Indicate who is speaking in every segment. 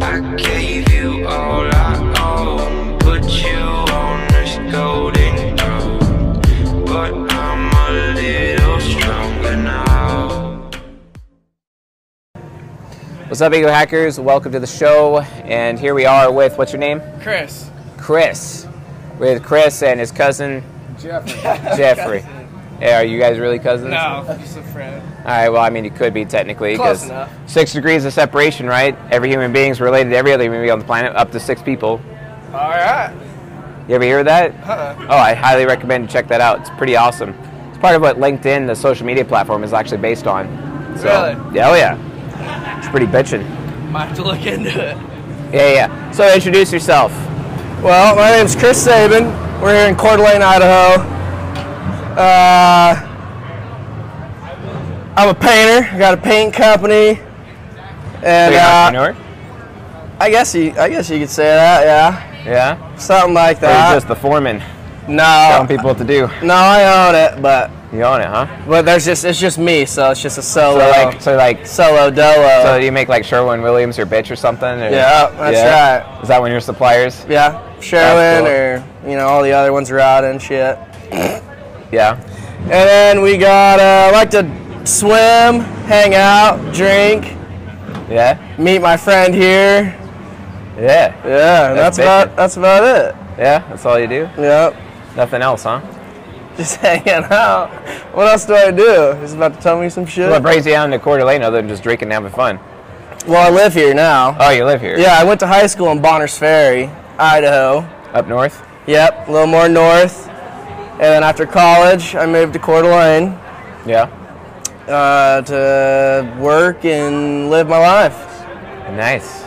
Speaker 1: I gave you all I own. Put you on this golden throne. But I'm a little stronger now.
Speaker 2: What's up, Ego Hackers? Welcome to the show. And here we are with what's your name?
Speaker 3: Chris.
Speaker 2: Chris. With Chris and his cousin Jeffrey. Hey, are you guys really cousins?
Speaker 3: No, just Oh, a friend.
Speaker 2: All right. Well, I mean, you could be technically
Speaker 3: Close
Speaker 2: because
Speaker 3: enough.
Speaker 2: six degrees of separation, right? Every human being is related to every other human being on the planet, up to six people.
Speaker 3: All right.
Speaker 2: You ever hear of that?
Speaker 3: Uh-uh.
Speaker 2: Oh, I highly recommend you check that out. It's pretty awesome. It's part of what LinkedIn, the social media platform, is actually based on. So,
Speaker 3: Really?
Speaker 2: Yeah, oh yeah. It's pretty bitchin'.
Speaker 3: Might have to look into it.
Speaker 2: Yeah, yeah. So introduce yourself.
Speaker 4: Well, my name's Chris Sabin. We're here in Coeur d'Alene, Idaho. Uh, I'm a painter. I got a paint company,
Speaker 2: So
Speaker 4: and
Speaker 2: you're an
Speaker 4: uh,
Speaker 2: entrepreneur?
Speaker 4: I guess you, I guess you could say that, yeah,
Speaker 2: Yeah.
Speaker 4: something like
Speaker 2: Or
Speaker 4: that.
Speaker 2: you're just the foreman
Speaker 4: no,
Speaker 2: telling people what to do.
Speaker 4: no, I own it, but
Speaker 2: You own it, huh?
Speaker 4: but there's just it's just me, so it's just a
Speaker 2: So
Speaker 4: solo,
Speaker 2: like, so like,
Speaker 4: solo dolo.
Speaker 2: so you make like Sherwin Williams your bitch or something? or-
Speaker 4: Yeah, that's
Speaker 2: Yeah?
Speaker 4: right.
Speaker 2: Is that one of your suppliers?
Speaker 4: yeah,
Speaker 2: That's
Speaker 4: Sherwin or you know all the other ones are out and shit.
Speaker 2: Yeah.
Speaker 4: And then we got, uh, I like to swim, hang out, drink,
Speaker 2: Yeah.
Speaker 4: meet my friend here.
Speaker 2: Yeah.
Speaker 4: Yeah, and
Speaker 2: That's
Speaker 4: that's,
Speaker 2: bitchin'.
Speaker 4: about that's about it.
Speaker 2: Yeah. That's all you do.
Speaker 4: Yep,
Speaker 2: Nothing else, huh?
Speaker 4: just hanging out. What else do I do? He's about to tell me some shit.
Speaker 2: What brings you down to Coeur d'Alene other than just drinking and having fun?
Speaker 4: Well, I live here now.
Speaker 2: Oh, you live here?
Speaker 4: Yeah, I went to high school in Bonners Ferry, Idaho.
Speaker 2: Up north?
Speaker 4: Yep, a little more north. And then after college, I moved to Coeur d'Alene
Speaker 2: Yeah.
Speaker 4: uh, to work and live my life.
Speaker 2: Nice.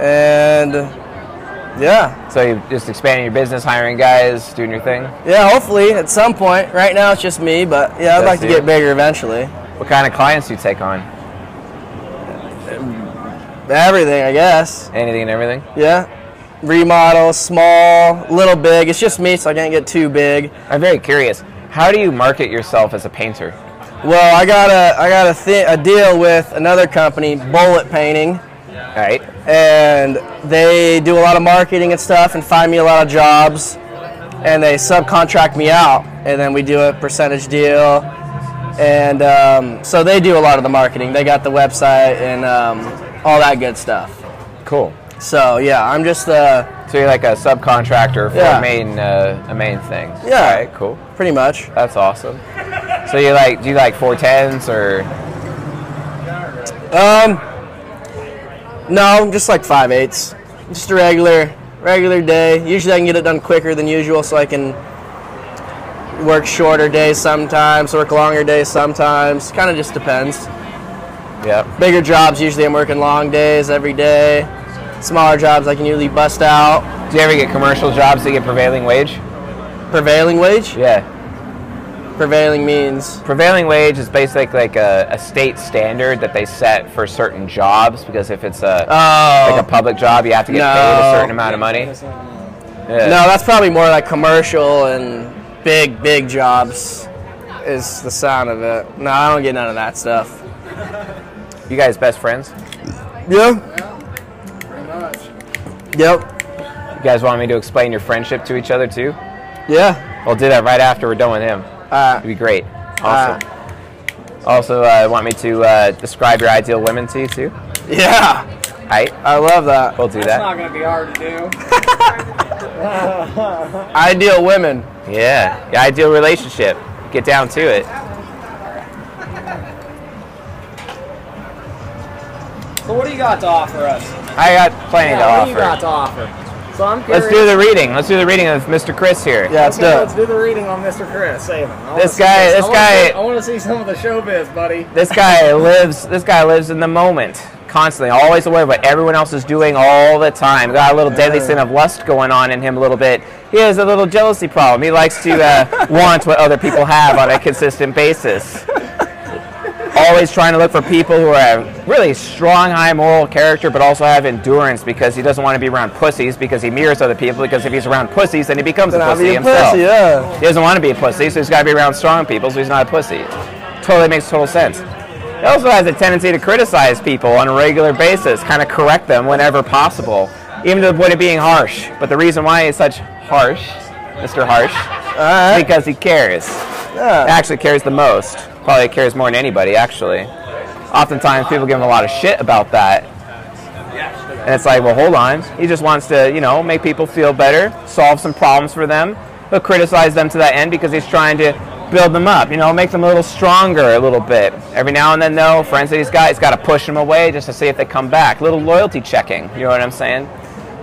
Speaker 4: And yeah,
Speaker 2: So you just expanding your business, hiring guys, doing your thing.
Speaker 4: Yeah, hopefully at some point. Right now it's just me, but yeah, I'd
Speaker 2: That's
Speaker 4: like to
Speaker 2: it.
Speaker 4: get bigger eventually.
Speaker 2: What kind of clients do you take on?
Speaker 4: Everything, I guess.
Speaker 2: Anything and everything?
Speaker 4: Yeah. Remodel, small, little big. It's just me, so I can't get too big.
Speaker 2: I'm very curious. How do you market yourself as a painter?
Speaker 4: Well, I got a I got a, th- a deal with another company, Bullet Painting,
Speaker 2: All right.
Speaker 4: and they do a lot of marketing and stuff, and find me a lot of jobs, and they subcontract me out, and then we do a percentage deal, and um, so they do a lot of the marketing. They got the website and um, all that good stuff.
Speaker 2: Cool.
Speaker 4: So yeah, I'm just uh, the
Speaker 2: So you're like a subcontractor for
Speaker 4: Yeah.
Speaker 2: a main uh, a main thing.
Speaker 4: Yeah.
Speaker 2: All right. Cool.
Speaker 4: pretty much.
Speaker 2: That's awesome. So you like do you like 410s or
Speaker 4: Um, no, just like five eighths, just a regular regular day. Usually I can get it done quicker than usual, so I can work shorter days sometimes, work longer days sometimes. Kind of just depends.
Speaker 2: yeah.
Speaker 4: Bigger jobs usually I'm working long days every day. Smaller jobs I can usually bust out.
Speaker 2: Do you ever get commercial jobs that get prevailing wage?
Speaker 4: Prevailing wage.
Speaker 2: Yeah.
Speaker 4: Prevailing means
Speaker 2: Prevailing wage is basically like a, a state standard that they set for certain jobs because if it's a
Speaker 4: oh.
Speaker 2: like a public job, you have to get paid
Speaker 4: No.
Speaker 2: a certain amount of money. Yeah.
Speaker 4: No, that's probably more like commercial and big, big jobs is the sound of it. No, I don't get none of that stuff.
Speaker 2: You guys best friends?
Speaker 4: Yeah. Yep.
Speaker 2: You guys want me to explain your friendship to each other too?
Speaker 4: Yeah.
Speaker 2: We'll do that right after we're done with him. It'd
Speaker 4: Uh,
Speaker 2: be great.
Speaker 3: Uh,
Speaker 2: Awesome. also, uh, want me to uh, describe your ideal women to you too?
Speaker 4: yeah.
Speaker 2: Right?
Speaker 4: I love that.
Speaker 2: We'll do that.
Speaker 3: gonna be hard to do.
Speaker 4: Ideal women.
Speaker 2: Yeah. Your ideal relationship. Get down to it.
Speaker 3: So what do you got to offer us?
Speaker 2: I got plenty
Speaker 3: what do you
Speaker 2: to
Speaker 3: got
Speaker 2: offer.
Speaker 3: to offer? So I'm
Speaker 2: Let's
Speaker 3: curious.
Speaker 2: do the reading. Let's do the reading of Mr. Chris here.
Speaker 4: Yeah, it's
Speaker 3: Okay,
Speaker 4: dope.
Speaker 3: let's do the reading on Mr. Chris. Save him. I wanna
Speaker 2: This
Speaker 3: see
Speaker 2: guy-
Speaker 3: I
Speaker 2: this
Speaker 3: wanna
Speaker 2: guy-
Speaker 3: see- I want to see some of the showbiz, buddy.
Speaker 2: This guy lives. This guy lives in the moment, constantly, always aware of what everyone else is doing all the time. Got a little deadly sin of lust going on in him a little bit. He has a little jealousy problem. He likes to uh, want what other people have on a consistent basis. Always trying to look for people who have really strong, high moral character, but also have endurance because he doesn't want to be around pussies because he mirrors other people. Because if he's around pussies, then he becomes a
Speaker 4: I'll
Speaker 2: pussy
Speaker 4: be a
Speaker 2: himself.
Speaker 4: pussy, yeah.
Speaker 2: He doesn't want to be a pussy, so he's got to be around strong people, so he's not a pussy. Totally makes total sense. It also has a tendency to criticize people on a regular basis, kind of correct them whenever possible, even to the point of being harsh. But the reason why it's such harsh, Mr. Harsh, is because he cares. Actually, cares the most. Probably cares more than anybody, actually. Oftentimes, people give him a lot of shit about that. And it's like, well, hold on. He just wants to, you know, make people feel better, solve some problems for them. He'll criticize them to that end because he's trying to build them up, you know, make them a little stronger a little bit. Every now and then, though, friends that he's got, he's got to push them away just to see if they come back. little loyalty checking, you know what I'm saying?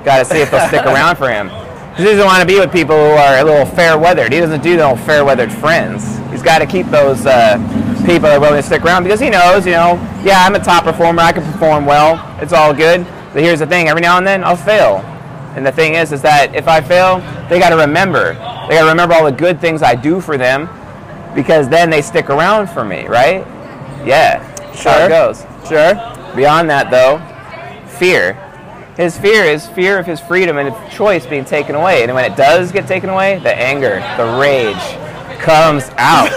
Speaker 2: Got to see if they'll stick around for him. 'Cause He doesn't want to be with people who are a little fair weathered. He doesn't do no fair weathered friends. He's got to keep those uh, people that are willing to stick around because he knows, you know, yeah, I'm a top performer. I can perform well. It's all good. But here's the thing: every now and then, I'll fail. And the thing is, is that if I fail, they got to remember. They got to remember all the good things I do for them, because then they stick around for me, right? Yeah. That's how it
Speaker 4: Sure.
Speaker 2: goes.
Speaker 4: Sure.
Speaker 2: Beyond that, though, fear. His fear is fear of his freedom and of choice being taken away. And when it does get taken away, the anger, the rage comes out.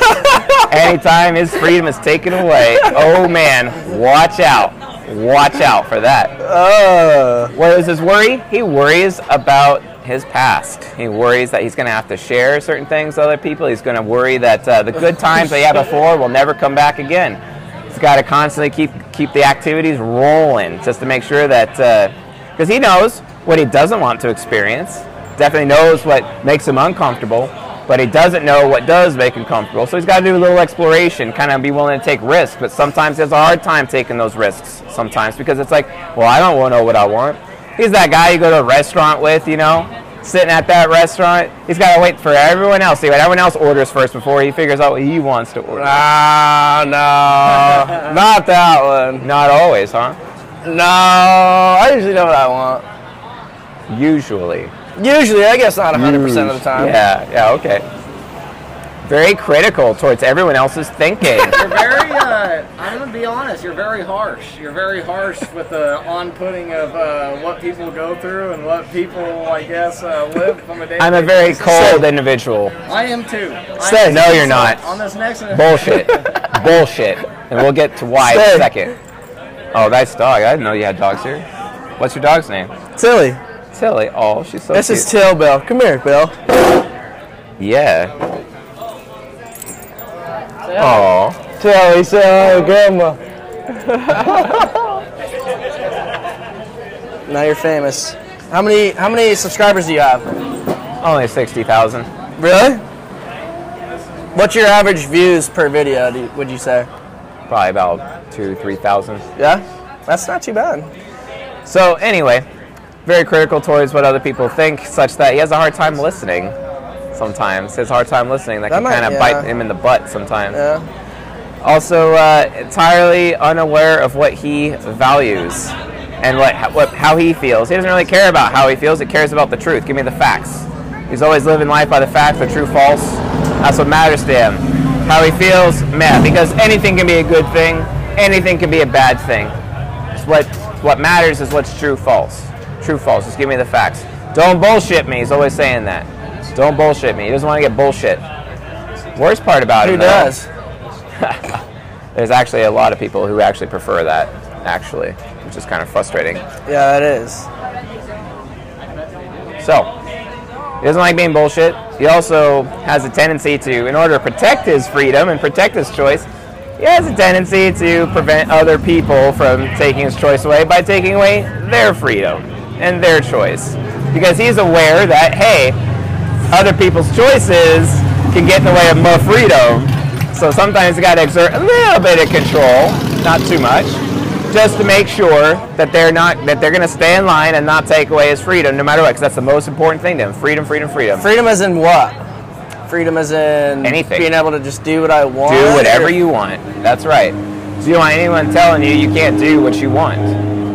Speaker 2: Anytime his freedom is taken away, oh man, watch out. Watch out for that.
Speaker 4: Uh,
Speaker 2: What is his worry? He worries about his past. He worries that he's going to have to share certain things with other people. He's going to worry that uh, the good times that he had before will never come back again. He's got to constantly keep keep the activities rolling just to make sure that because he knows what he doesn't want to experience. Definitely knows what makes him uncomfortable, but he doesn't know what does make him comfortable. So he's got to do a little exploration, kind of be willing to take risks. But sometimes he has a hard time taking those risks. Sometimes because it's like, well, I don't know what I want. He's that guy you go to a restaurant with, you know, sitting at that restaurant. He's got to wait for everyone else. See what everyone else orders first before he figures out what he wants to order.
Speaker 4: ah, no. Uh, Not that one.
Speaker 2: Not always, huh?
Speaker 4: No. I usually know what I want.
Speaker 2: Usually.
Speaker 4: Usually, I guess not 100% of the time.
Speaker 2: Mm, Yeah, yeah, okay. Very critical towards everyone else's thinking.
Speaker 3: You're very. Uh, I'm gonna be honest. You're very harsh. You're very harsh with the on putting of uh, what people go through and what people, I guess, uh, live from a day.
Speaker 2: I'm a very cold individual.
Speaker 3: I am too. I
Speaker 2: Say-
Speaker 3: am
Speaker 2: no,
Speaker 3: too.
Speaker 2: you're
Speaker 3: So,
Speaker 2: not.
Speaker 3: On this next one,
Speaker 2: Bullshit. Bullshit. And we'll get to why in
Speaker 4: Say.
Speaker 2: a second. Oh, nice dog. I didn't know you had dogs here. What's your dog's name?
Speaker 4: Tilly.
Speaker 2: Tilly. Oh, she's so
Speaker 4: This
Speaker 2: cute.
Speaker 4: is Till Bill. Come here, Bill.
Speaker 2: yeah. Oh.
Speaker 4: Tilly, say hi to Grandma. now you're famous. How many How many subscribers do you have?
Speaker 2: Only 60,000.
Speaker 4: Really? What's your average views per video? Do you, would you say?
Speaker 2: Probably about two, 3,000.
Speaker 4: Yeah, that's not too bad.
Speaker 2: So anyway, very critical towards what other people think, such that he has a hard time listening. Sometimes he has a hard time listening. That,
Speaker 4: That
Speaker 2: can
Speaker 4: might-
Speaker 2: kind of
Speaker 4: yeah.
Speaker 2: bite him in the butt sometimes.
Speaker 4: Yeah.
Speaker 2: Also, uh, entirely unaware of what he values and what, what how he feels. He doesn't really care about how he feels. He cares about the truth. Give me the facts. He's always living life by the facts, the true, false. That's what matters to him. How he feels, man, because anything can be a good thing. Anything can be a bad thing. It's what what matters is what's true, false. True, false. Just give me the facts. Don't bullshit me. He's always saying that. Don't bullshit me. He doesn't want to get bullshit. Worst part about
Speaker 4: Who
Speaker 2: him, though,
Speaker 4: does?
Speaker 2: there's actually a lot of people who actually prefer that, actually, which is kind of frustrating.
Speaker 4: Yeah, it is.
Speaker 2: So, he doesn't like being bullshit. He also has a tendency to, in order to protect his freedom and protect his choice, he has a tendency to prevent other people from taking his choice away by taking away their freedom and their choice. Because he's aware that, hey, other people's choices can get in the way of my freedom. So sometimes you gotta exert a little bit of control, not too much, just to make sure that they're not that they're gonna stay in line and not take away his freedom, no matter what. Because that's the most important thing to him: freedom, freedom, freedom.
Speaker 4: Freedom is in what? Freedom is in
Speaker 2: Anything.
Speaker 4: Being able to just do what I want.
Speaker 2: do whatever
Speaker 4: or-
Speaker 2: you want. That's right. So you don't want anyone telling you you can't do what you want.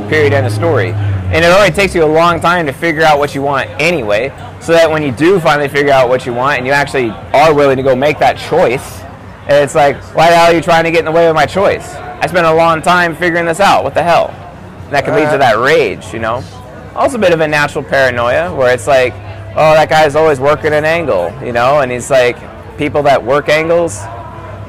Speaker 2: Period. End of story. And it already takes you a long time to figure out what you want anyway, so that when you do finally figure out what you want and you actually are willing to go make that choice, and it's like, why the hell are you trying to get in the way of my choice? I spent a long time figuring this out. What the hell? And that can lead to that rage, you know? Also, a bit of a natural paranoia where it's like, oh, that guy's always working an angle, you know? And he's like, people that work angles,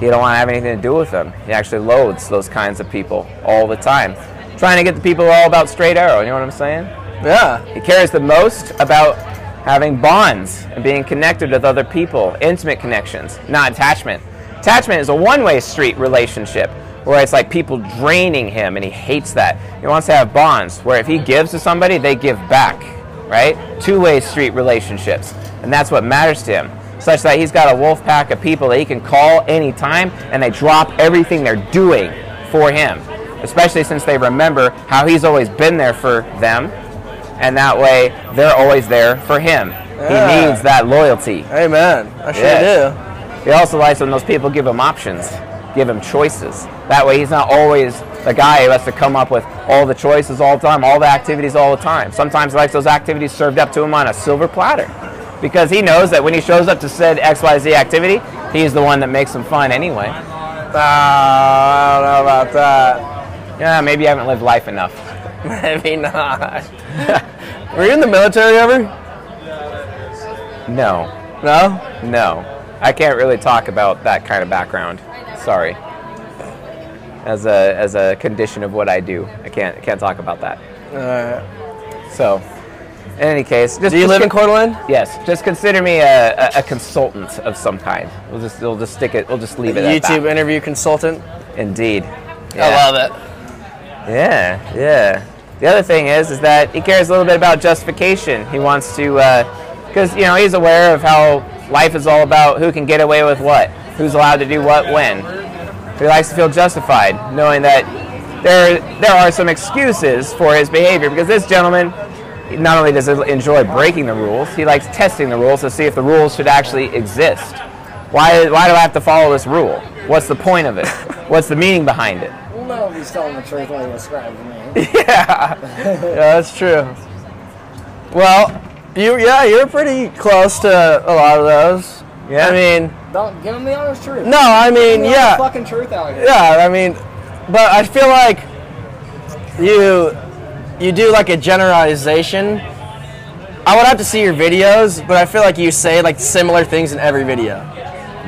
Speaker 2: You don't want to have anything to do with them. He actually loads those kinds of people all the time. Trying to get the people all about straight arrow, you know what I'm saying?
Speaker 4: Yeah.
Speaker 2: He cares the most about having bonds and being connected with other people, intimate connections, not attachment. Attachment is a one way street relationship where it's like people draining him and he hates that. He wants to have bonds where if he gives to somebody, they give back, right? Two way street relationships. And that's what matters to him, such that he's got a wolf pack of people that he can call anytime and they drop everything they're doing for him, especially since they remember how he's always been there for them and that way they're always there for him. He
Speaker 4: Yeah.
Speaker 2: needs that loyalty.
Speaker 4: Amen. I sure
Speaker 2: Yes. He also likes when those people give him options, give him choices. That way he's not always the guy who has to come up with all the choices all the time, all the activities all the time. Sometimes he likes those activities served up to him on a silver platter because he knows that when he shows up to said XYZ activity, he's the one that makes them fun anyway.
Speaker 4: do. Ah, Uh, I don't know about that.
Speaker 2: Yeah, maybe you haven't lived life enough.
Speaker 4: Maybe not. Were you in the military ever?
Speaker 2: No.
Speaker 4: No.
Speaker 2: No, I can't really talk about that kind of background. Sorry. As a as a condition of what I do, I can't can't talk about that.
Speaker 4: Alright.
Speaker 2: So, in any case, just
Speaker 4: Do you
Speaker 2: just
Speaker 4: live in
Speaker 2: con-
Speaker 4: Coeur d'Alene?
Speaker 2: Yes, just consider me a, a, a consultant of some kind. We'll just we'll just stick it. We'll just leave it.
Speaker 4: YouTube
Speaker 2: At
Speaker 4: interview consultant.
Speaker 2: that. Indeed.
Speaker 4: love it.
Speaker 2: Yeah, yeah. The other thing is, is that he cares a little bit about justification. He wants to, because you know he's aware of how life is all about who can get away with what, who's allowed to do what when. He likes to feel justified, knowing that there there are some excuses for his behavior. Because this gentleman, not only does he enjoy breaking the rules, he likes testing the rules to see if the rules should actually exist. Why why do I have to follow this rule? What's the point of it? What's the meaning behind it?
Speaker 3: Well, no, if he's telling the truth when he described me.
Speaker 4: Yeah, that's true. Well, you yeah, you're pretty close to a lot of those.
Speaker 2: Yeah.
Speaker 4: I mean,
Speaker 3: Don't give him the honest truth.
Speaker 4: no, I mean,
Speaker 3: Give him the
Speaker 4: yeah.
Speaker 3: honest fucking truth out here.
Speaker 4: yeah i mean but i feel like you you do like a generalization i would have to see your videos but i feel like you say like similar things in every video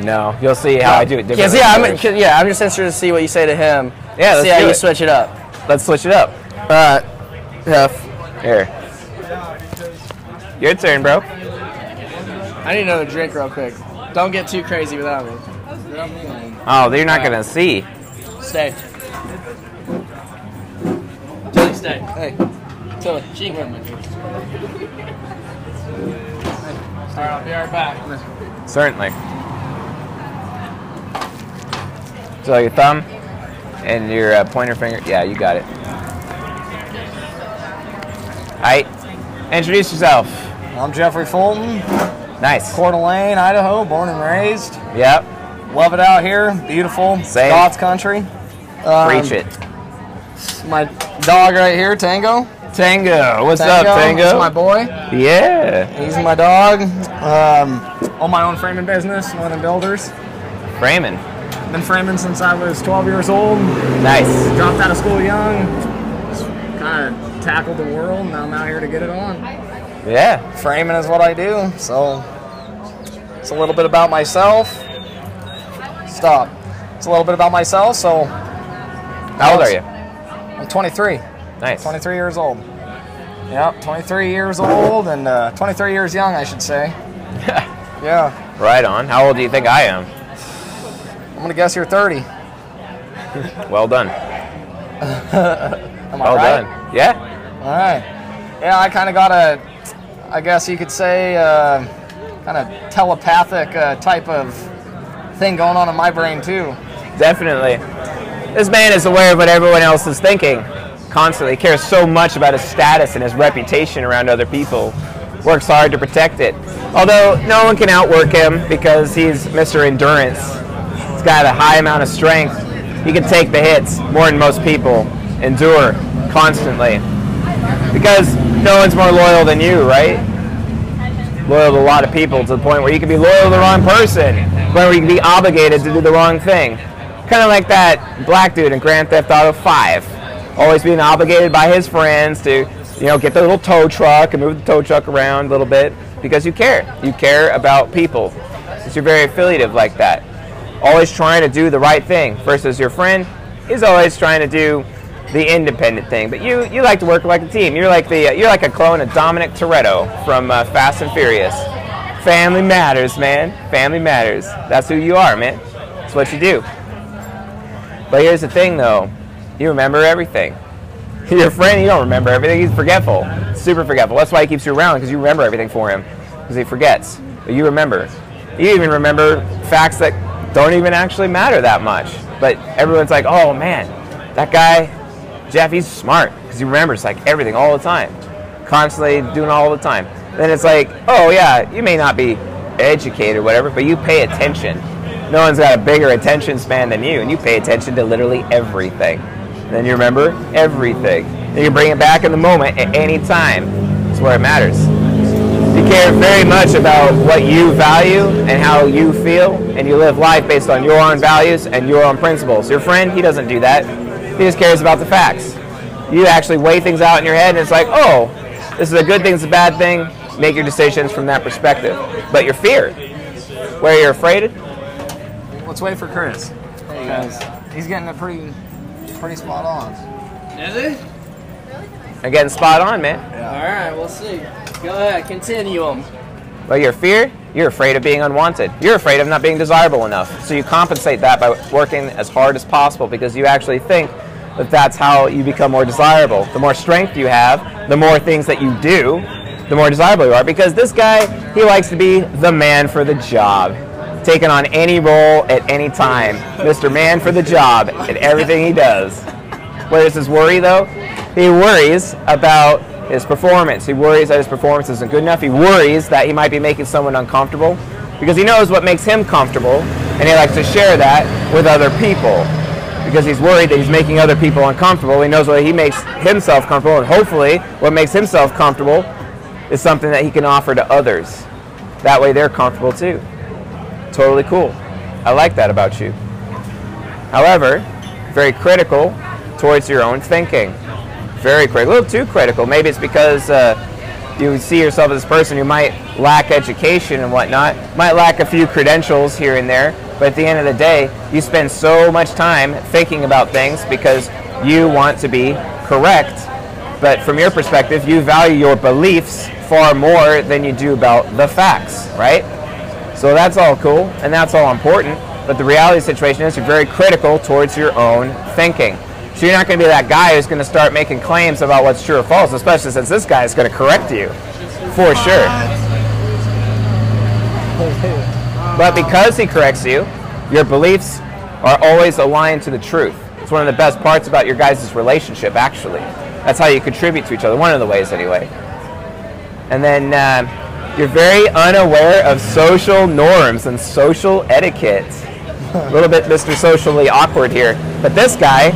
Speaker 2: No, you'll see how I do it
Speaker 4: because
Speaker 2: differently.
Speaker 4: yeah
Speaker 2: than
Speaker 4: i'm
Speaker 2: yours.
Speaker 4: 'cause, yeah i'm just interested to see what you say to him
Speaker 2: Yeah, let's
Speaker 4: see how
Speaker 2: do
Speaker 4: you
Speaker 2: it. Uh,
Speaker 4: switch it up
Speaker 2: Let's switch it up.
Speaker 4: all right Uh, yeah
Speaker 2: Here. Your turn, bro.
Speaker 4: i need another drink real quick don't get too crazy without me
Speaker 2: Oh, you're not gonna see.
Speaker 4: stay Tilly, stay. Hey. Tilly, she can come with me. Alright, I'll be right back.
Speaker 2: Certainly. So your thumb and your uh, pointer finger. Yeah, you got it. All right. Introduce yourself.
Speaker 3: I'm Jeffrey Fulton,
Speaker 2: Nice.
Speaker 3: Coeur d'Alene, Idaho, born and raised.
Speaker 2: Yep.
Speaker 3: Love it out here. Beautiful.
Speaker 2: Same.
Speaker 3: God's country. Um,
Speaker 5: Um,
Speaker 2: Preach it.
Speaker 3: My dog right here, Tango.
Speaker 2: Tango. What's
Speaker 3: Tango.
Speaker 2: up,
Speaker 3: That's
Speaker 2: Tango?
Speaker 3: my boy.
Speaker 2: yeah.
Speaker 3: He's my dog. Um, own my own framing business, one of the builders.
Speaker 2: Raymond.
Speaker 3: Been framing since I was 12 years old.
Speaker 2: Nice.
Speaker 3: Dropped out of school young. Kind of tackled the world. Now I'm out here to get it on.
Speaker 2: Yeah.
Speaker 3: Framing is what I do. So it's a little bit about myself. Stop. It's a little bit about myself. So
Speaker 2: How old are you?
Speaker 3: I'm 23.
Speaker 2: Nice.
Speaker 3: 23 years old. Yep, 23 years old and uh, 23 years young, I should say. yeah,
Speaker 2: Right on. How old do you think I am?
Speaker 3: I'm gonna guess you're 30. Am
Speaker 2: Well done.
Speaker 3: I
Speaker 2: Well
Speaker 3: right?
Speaker 2: done. Yeah.
Speaker 3: All right. Yeah, I kind of got a, I guess you could say, uh, kind of telepathic uh, type of thing going on in my brain too.
Speaker 2: Definitely. This man is aware of what everyone else is thinking. Constantly cares so much about his status and his reputation around other people. Works hard to protect it. Although no one can outwork him because he's Mr. Endurance. He's got a high amount of strength. He can take the hits more than most people. Endure constantly. Because no one's more loyal than you, right? loyal to a lot of people to the point where you can be loyal to the wrong person, where you can be obligated to do the wrong thing. Kind of like that black dude in Grand Theft Auto 5, always being obligated by his friends to, you know, get the little tow truck and move the tow truck around a little bit because you care. You care about people. So you're very affiliative like that. always trying to do the right thing versus your friend is always trying to do the independent thing. But you you like to work like a team. You're like the uh, you're like a clone of Dominic Toretto from uh, Fast and Furious. Family matters, man. Family matters. That's who you are, man. That's what you do. But here's the thing, though. You remember everything. Your friend, you don't remember everything. He's forgetful, super forgetful. That's why he keeps you around because you remember everything for him because he forgets. But you remember. You even remember facts that don't even actually matter that much. But everyone's like, "Oh man, that guy, Jeff, he's smart because he remembers like everything all the time, constantly doing all the time." Then it's like, "Oh yeah, you may not be educated or whatever, but you pay attention." No one's got a bigger attention span than you, and you pay attention to literally everything. And then you remember everything. And you can bring it back in the moment at any time. That's where it matters. You care very much about what you value and how you feel, and you live life based on your own values and your own principles. Your friend, he doesn't do that. He just cares about the facts. You actually weigh things out in your head, and it's like, oh, this is a good thing, this is a bad thing. Make your decisions from that perspective. But your fear, where you're afraid,
Speaker 6: Let's wait for Chris. Because he's getting it pretty pretty spot on.
Speaker 5: Is it?
Speaker 2: Again, spot on, man.
Speaker 5: All right, we'll see. Go ahead, continue 'em.
Speaker 2: But your fear, you're afraid of being unwanted. You're afraid of not being desirable enough. So you compensate that by working as hard as possible because you actually think that that's how you become more desirable. The more strength you have, the more things that you do, the more desirable you are. Because this guy, he likes to be the man for the job. Taking on any role at any time. Mr. Man for the job at everything he does. What is his worry though? He worries about his performance. He worries that his performance isn't good enough. He worries that he might be making someone uncomfortable because he knows what makes him comfortable and he likes to share that with other people because he's worried that he's making other people uncomfortable. He knows what he makes himself comfortable and hopefully what makes himself comfortable is something that he can offer to others. That way they're comfortable too. Totally cool. I like that about you. However, very critical towards your own thinking. Very critical, a little too critical. Maybe it's because uh, you see yourself as a person who might lack education and whatnot, might lack a few credentials here and there, but at the end of the day, you spend so much time thinking about things because you want to be correct. But from your perspective, you value your beliefs far more than you do about the facts, right? So that's all cool and that's all important. But the reality of the situation is you're very critical towards your own thinking. So you're not going to be that guy who's going to start making claims about what's true or false, especially since this guy is going to correct you for sure. But because he corrects you, your beliefs are always aligned to the truth. It's one of the best parts about your guys' relationship, actually. That's how you contribute to each other, one of the ways, anyway and then uh, you're very unaware of social norms and social etiquette. A little bit Mr. Socially Awkward here, but this guy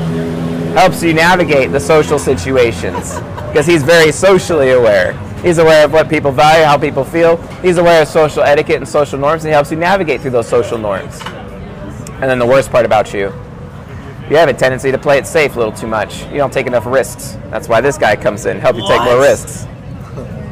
Speaker 2: helps you navigate the social situations because he's very socially aware. He's aware of what people value, how people feel. He's aware of social etiquette and social norms, and he helps you navigate through those social norms. And then the worst part about you, you have a tendency to play it safe a little too much. You don't take enough risks. That's why this guy comes in, help you take more
Speaker 6: What?
Speaker 2: risks.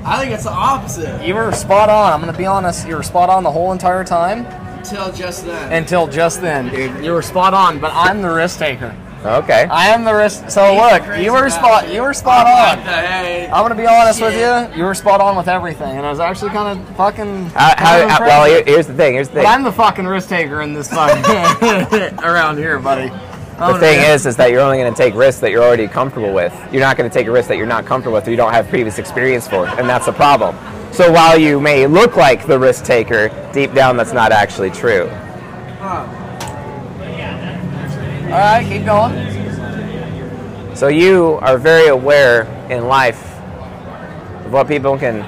Speaker 6: I think it's the opposite
Speaker 5: You were spot on. I'm gonna be honest. You were spot on the whole entire time
Speaker 6: until just then.
Speaker 5: until just then, dude. You were spot on, but I'm the risk taker.
Speaker 2: Okay.
Speaker 5: I am the risk. So look, you were spot. You were spot
Speaker 6: What
Speaker 5: on.
Speaker 6: the heck?
Speaker 5: I'm gonna be honest with you. You were spot on with everything, and I was actually kind of fucking.
Speaker 2: How, Uh, how,
Speaker 6: uh,
Speaker 5: kinda
Speaker 2: how,
Speaker 5: impressed.
Speaker 2: well, here- here's the thing. Here's the
Speaker 5: But
Speaker 2: thing.
Speaker 5: I'm the fucking risk taker in this fucking around here, buddy.
Speaker 2: The thing is, is that you're only going to take risks that you're already comfortable with. You're not going to take a risk that you're not comfortable with or you don't have previous experience for, and that's the problem. So while you may look like the risk taker, deep down that's not actually true.
Speaker 5: all right, keep going.
Speaker 2: So you are very aware in life of what people can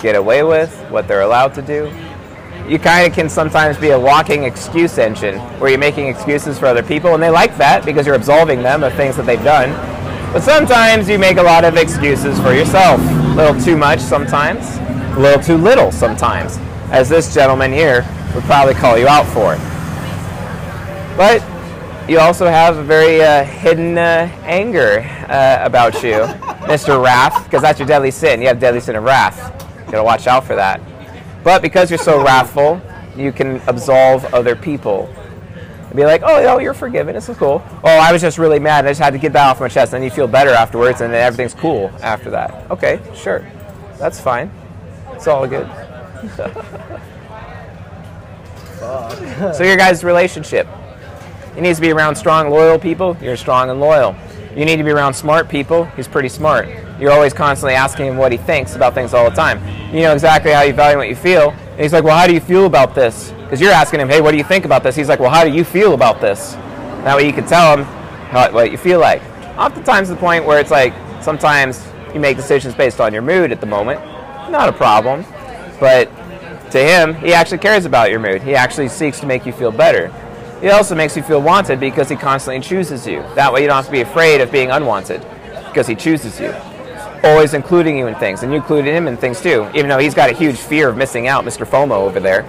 Speaker 2: get away with, what they're allowed to do. You kind of can sometimes be a walking excuse engine where you're making excuses for other people, and they like that because you're absolving them of things that they've done. But sometimes you make a lot of excuses for yourself. A little too much sometimes, a little too little sometimes, as this gentleman here would probably call you out for. But you also have a very uh, hidden uh, anger uh, about you, Mr. Wrath, because that's your deadly sin. You have deadly sin of wrath. You gotta watch out for that. But because you're so wrathful, you can absolve other people. and be like, oh, yo, you're forgiven. This is cool. Oh, I was just really mad. I just had to get that off my chest. And you feel better afterwards, and then everything's cool after that. Okay, sure. That's fine. It's all good. so, your guys' relationship. It needs to be around strong, loyal people. You're strong and loyal. You need to be around smart people. He's pretty smart. You're always constantly asking him what he thinks about things all the time. You know exactly how you value and what you feel. And he's like, Well, how do you feel about this? Because you're asking him, Hey, what do you think about this? He's like, Well, how do you feel about this? That way you can tell him how, what you feel like. Oftentimes, the point where it's like sometimes you make decisions based on your mood at the moment. Not a problem. But to him, he actually cares about your mood. He actually seeks to make you feel better. He also makes you feel wanted because he constantly chooses you. That way, you don't have to be afraid of being unwanted because he chooses you. Always including you in things, and you included him in things too, even though he's got a huge fear of missing out, Mr. FOMO over there.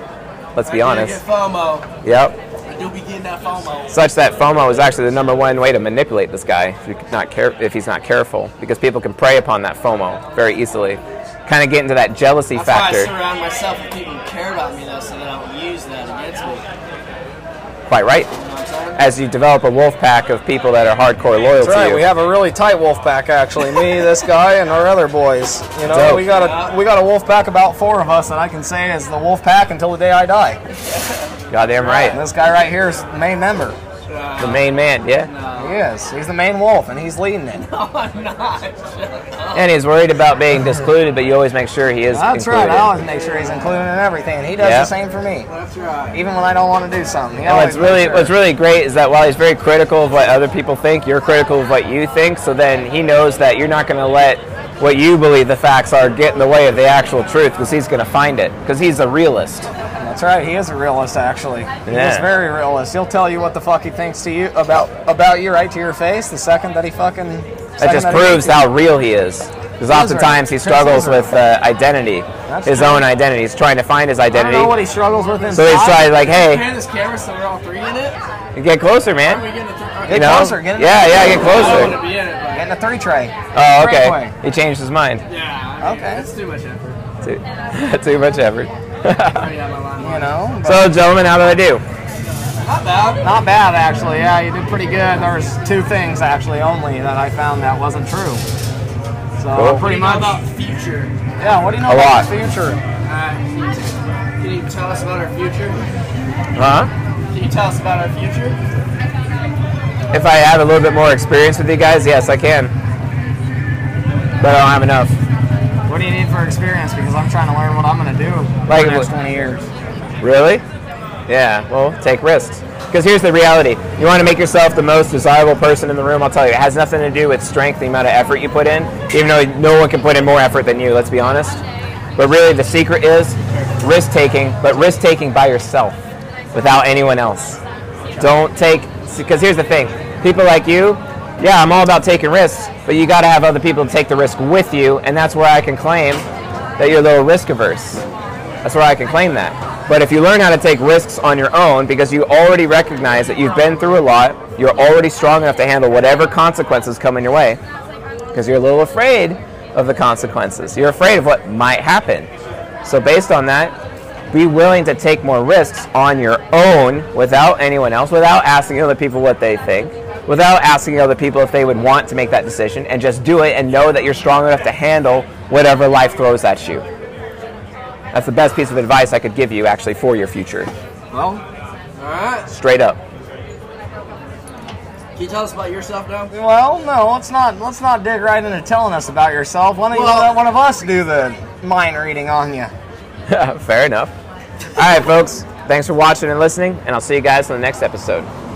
Speaker 2: Let's be honest.
Speaker 7: FOMO.
Speaker 2: Yep.
Speaker 7: I do be getting that FOMO.
Speaker 2: Such that FOMO is actually the number one way to manipulate this guy if, you're not care- if he's not careful, because people can prey upon that FOMO very easily. Kind of get into that jealousy
Speaker 7: That's why I
Speaker 2: factor.
Speaker 7: surround myself with people who care about me, though, so that I don't use that against me. You know
Speaker 2: Quite right.
Speaker 7: what I'm saying?
Speaker 2: As you develop a wolf pack of people that are hardcore loyal
Speaker 5: That's
Speaker 2: to
Speaker 5: right.
Speaker 2: you.
Speaker 5: We have a really tight wolf pack, actually. Me, this guy, and our other boys. You know,
Speaker 2: Dope.
Speaker 5: we got a we got a wolf pack about four of us that I can say is the wolf pack until the day I die.
Speaker 2: Goddamn
Speaker 5: And
Speaker 2: right.
Speaker 5: this guy right here is the main member.
Speaker 2: The main man, yeah.
Speaker 5: He is. He's the main wolf, and he's leading it.
Speaker 2: And he's worried about being discluded, but you always make sure he is
Speaker 5: That's
Speaker 2: included.
Speaker 5: right. I always make sure he's included in everything, and he does
Speaker 2: Yeah.
Speaker 5: the same for me. That's right. Even when I don't want to do something. he
Speaker 2: And
Speaker 5: always
Speaker 2: what's really
Speaker 5: makes
Speaker 2: what's
Speaker 5: sure.
Speaker 2: really great is that while he's very critical of what other people think, you're critical of what you think. So then he knows that you're not going to let what you believe the facts are get in the way of the actual truth because he's going to find it because he's a realist.
Speaker 5: That's right. He is a realist, actually. He is
Speaker 2: Yeah.
Speaker 5: very realist. He'll tell you what the fuck he thinks to you about about you right to your face the second that he fucking.
Speaker 2: That just proves how real he is. Because
Speaker 5: That's right.
Speaker 2: oftentimes he
Speaker 5: Chris
Speaker 2: struggles
Speaker 5: is right.
Speaker 2: with uh, identity, his
Speaker 5: true.
Speaker 2: own identity. He's trying to find his
Speaker 5: I don't
Speaker 2: identity.
Speaker 5: know what he struggles with inside.
Speaker 2: so he's trying like, hey,
Speaker 7: Pan this camera so we're all three in it.
Speaker 2: get closer, man.
Speaker 7: Are we getting the three?
Speaker 2: you
Speaker 5: Get
Speaker 2: know?
Speaker 5: closer, get in
Speaker 2: yeah,
Speaker 5: the-
Speaker 2: yeah, get
Speaker 7: I
Speaker 2: closer.
Speaker 7: want to be in it, but
Speaker 5: Getting a three tray.
Speaker 2: Oh,
Speaker 5: Right
Speaker 2: okay.
Speaker 5: away.
Speaker 2: He changed his mind.
Speaker 7: yeah. I mean,
Speaker 5: Okay.
Speaker 7: That's too much effort.
Speaker 2: Too, too much effort.
Speaker 7: Already out of my line.
Speaker 5: You know? But
Speaker 2: So, gentlemen, how did I do?
Speaker 7: Not bad.
Speaker 5: not bad, actually. Yeah, you did pretty good. There was two things, actually, only that I found that wasn't true.
Speaker 2: Cool.
Speaker 5: So
Speaker 7: What do
Speaker 5: pretty
Speaker 7: you know
Speaker 5: much.
Speaker 7: about future?
Speaker 5: yeah, what do you know
Speaker 2: A
Speaker 5: about
Speaker 2: lot.
Speaker 5: the future?
Speaker 7: Uh, can you tell us about our future?
Speaker 2: Huh?
Speaker 7: Can you tell us about our future?
Speaker 2: If I have a little bit more experience with you guys, yes, I can. But I don't have enough.
Speaker 5: What do you need for experience? Because I'm trying to learn what I'm going to do
Speaker 2: Like
Speaker 5: like the next
Speaker 2: what-
Speaker 5: 20 years.
Speaker 2: Really? Yeah, well, take risks. Because here's the reality you want to make yourself the most desirable person in the room, I'll tell you. It has nothing to do with strength, the amount of effort you put in, even though no one can put in more effort than you, let's be honest. But really, the secret is risk taking, but risk taking by yourself without anyone else. Don't take, because here's the thing people like you, yeah, I'm all about taking risks, but you got to have other people to take the risk with you, and that's where I can claim that you're a little risk averse. That's where I can claim that. But if you learn how to take risks on your own because you already recognize that you've been through a lot, you're already strong enough to handle whatever consequences come in your way because you're a little afraid of the consequences. You're afraid of what might happen. So, based on that, be willing to take more risks on your own without anyone else, without asking other people what they think, without asking other people if they would want to make that decision, and just do it and know that you're strong enough to handle whatever life throws at you. That's the best piece of advice I could give you, actually, for your future.
Speaker 7: Well, all right.
Speaker 2: Straight up.
Speaker 7: Can you tell us about yourself now?
Speaker 5: Well, no, let's not let's not dig right into telling us about yourself. Why don't you
Speaker 7: Well-
Speaker 5: let one of us do the mind reading on you?
Speaker 2: Fair enough. All right, folks. Thanks for watching and listening, and I'll see you guys in the next episode.